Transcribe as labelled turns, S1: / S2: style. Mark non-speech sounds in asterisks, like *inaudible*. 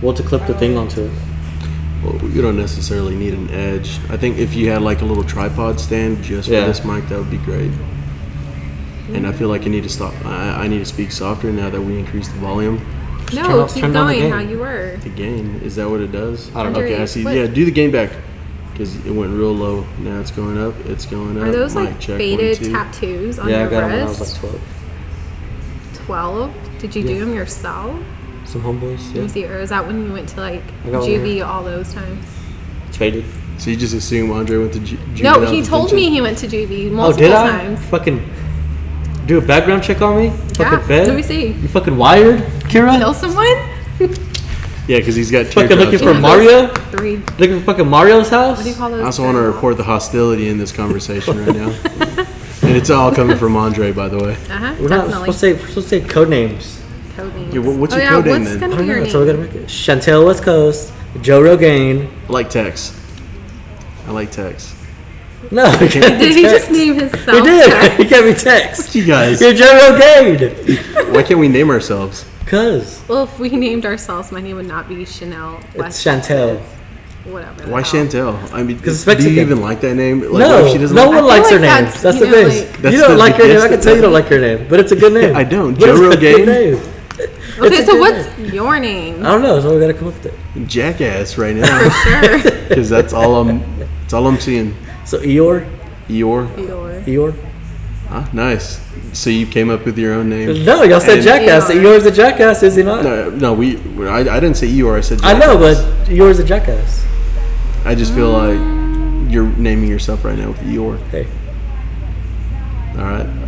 S1: Well, to clip the thing onto it.
S2: Well, you don't necessarily need an edge. I think if you had like a little tripod stand just
S1: Yeah.
S2: for this mic, that would be great. And I feel like I need to stop. I, I need to speak softer now that we increased the volume.
S1: turn
S3: No,
S1: off-
S3: keep
S1: turn down the
S3: going how
S1: game.
S3: you were.
S2: The gain is that what it does?
S1: I don't know.
S2: Okay,
S3: Under
S2: I see.
S3: your
S2: Yeah,
S3: foot.
S2: do the gain back because it went real low. Now it's going up. It's going up.
S3: Are those
S2: Mic
S3: like
S2: check, one,
S3: faded
S2: two.
S3: tattoos on
S1: Yeah, I
S3: your
S1: got it when I
S3: wrist?
S1: was like 12.
S3: 12? Did you do them yourself?
S1: Some homeboys,
S3: Let me
S1: yeah.
S3: see, or is that when you went to like
S1: I got one here.
S3: juvie all those times?
S1: It's faded.
S2: So you just assume Andre went to ju-
S3: No,
S2: juvenile
S3: he told
S2: detention?
S3: me he went to juvie
S1: Oh,
S3: multiple
S1: did I?
S3: times.
S1: Fucking do a background check on me? Fucking
S3: Yeah,
S1: fed?
S3: let me see.
S1: You fucking wired, Kira?
S3: Kill someone? *laughs*
S2: Yeah, because he's got
S1: Fucking
S2: teardrops
S1: looking
S2: on
S1: for
S2: his-
S1: Mario?
S3: Three. What
S1: Looking for fucking Mario's house?
S3: do you call those?
S2: I also want to
S3: things?
S2: report the hostility in this conversation right
S3: *laughs*
S2: now. and it's all coming from Andre, by the way.
S3: Uh-huh,
S1: We're not supposed to
S3: definitely.
S1: say, we're supposed to say code names.
S3: Code names.
S2: Yeah, what- what's
S3: oh,
S2: your
S3: yeah,
S2: code name then?
S3: what's
S1: I
S3: gonna be
S1: don't
S3: your
S1: know,
S3: name?
S1: that's what we're gonna make it. Chantel West Coast, Joe Rogaine.
S2: I like Tex. I like Tex.
S1: No, it can't be
S3: *laughs* *laughs* Did
S1: *laughs*
S3: he
S1: text.
S3: just name himself?
S1: He
S3: *laughs*
S1: did. *laughs*
S3: Jack?
S1: He can't be
S3: *laughs*
S1: text. *laughs*
S2: You guys,
S1: You're Joe Rogaine.
S2: why can't we name ourselves?
S1: Cause
S3: Well, if we named ourselves, my name would not be Chanel.
S1: it's
S3: West,
S1: Chantel.
S3: Whatever. the
S2: Why
S3: hell.
S2: Chantel? I mean,
S1: it's
S2: do
S1: Mexican.
S2: you even like that name? Like, what
S1: no,
S2: if she doesn't
S1: no
S2: like
S1: one
S3: feel
S1: likes her
S3: like
S1: name.
S3: that's,
S1: That's,
S3: you
S1: the
S3: know,
S1: thing.
S3: like-
S2: That's
S1: you don't
S2: the-
S1: like her name.
S2: that's
S1: I can
S2: the
S1: tell you don't
S2: thing.
S1: like her name, but it's a
S2: *laughs*
S1: good name.
S2: I don't.
S1: But it's
S2: Joe
S1: a good
S2: Rogaine?
S1: name.
S3: Okay,
S1: It's a
S3: so
S1: good
S3: what's
S1: name.
S3: your name?
S1: I don't know. So we gotta come up with it.
S2: it? Jackass right now. *laughs*
S3: Sure.
S2: Because that's all I'm. That's all I'm seeing.
S1: So Eeyore,
S2: Eeyore.
S3: Your.
S1: Eeyore.
S2: Ah, nice. So you came up with your own name.
S1: No, y'all said
S2: And-
S1: jackass.
S3: Eeyore.
S1: Eeyore's a jackass, is he not?
S2: No, no. We. I, I didn't say Eeyore. I said.
S1: I know, but
S2: Jackass.
S1: Eeyore's a jackass.
S2: I just feel like you're naming yourself right now with Eeyore.
S1: Hey,
S2: All right.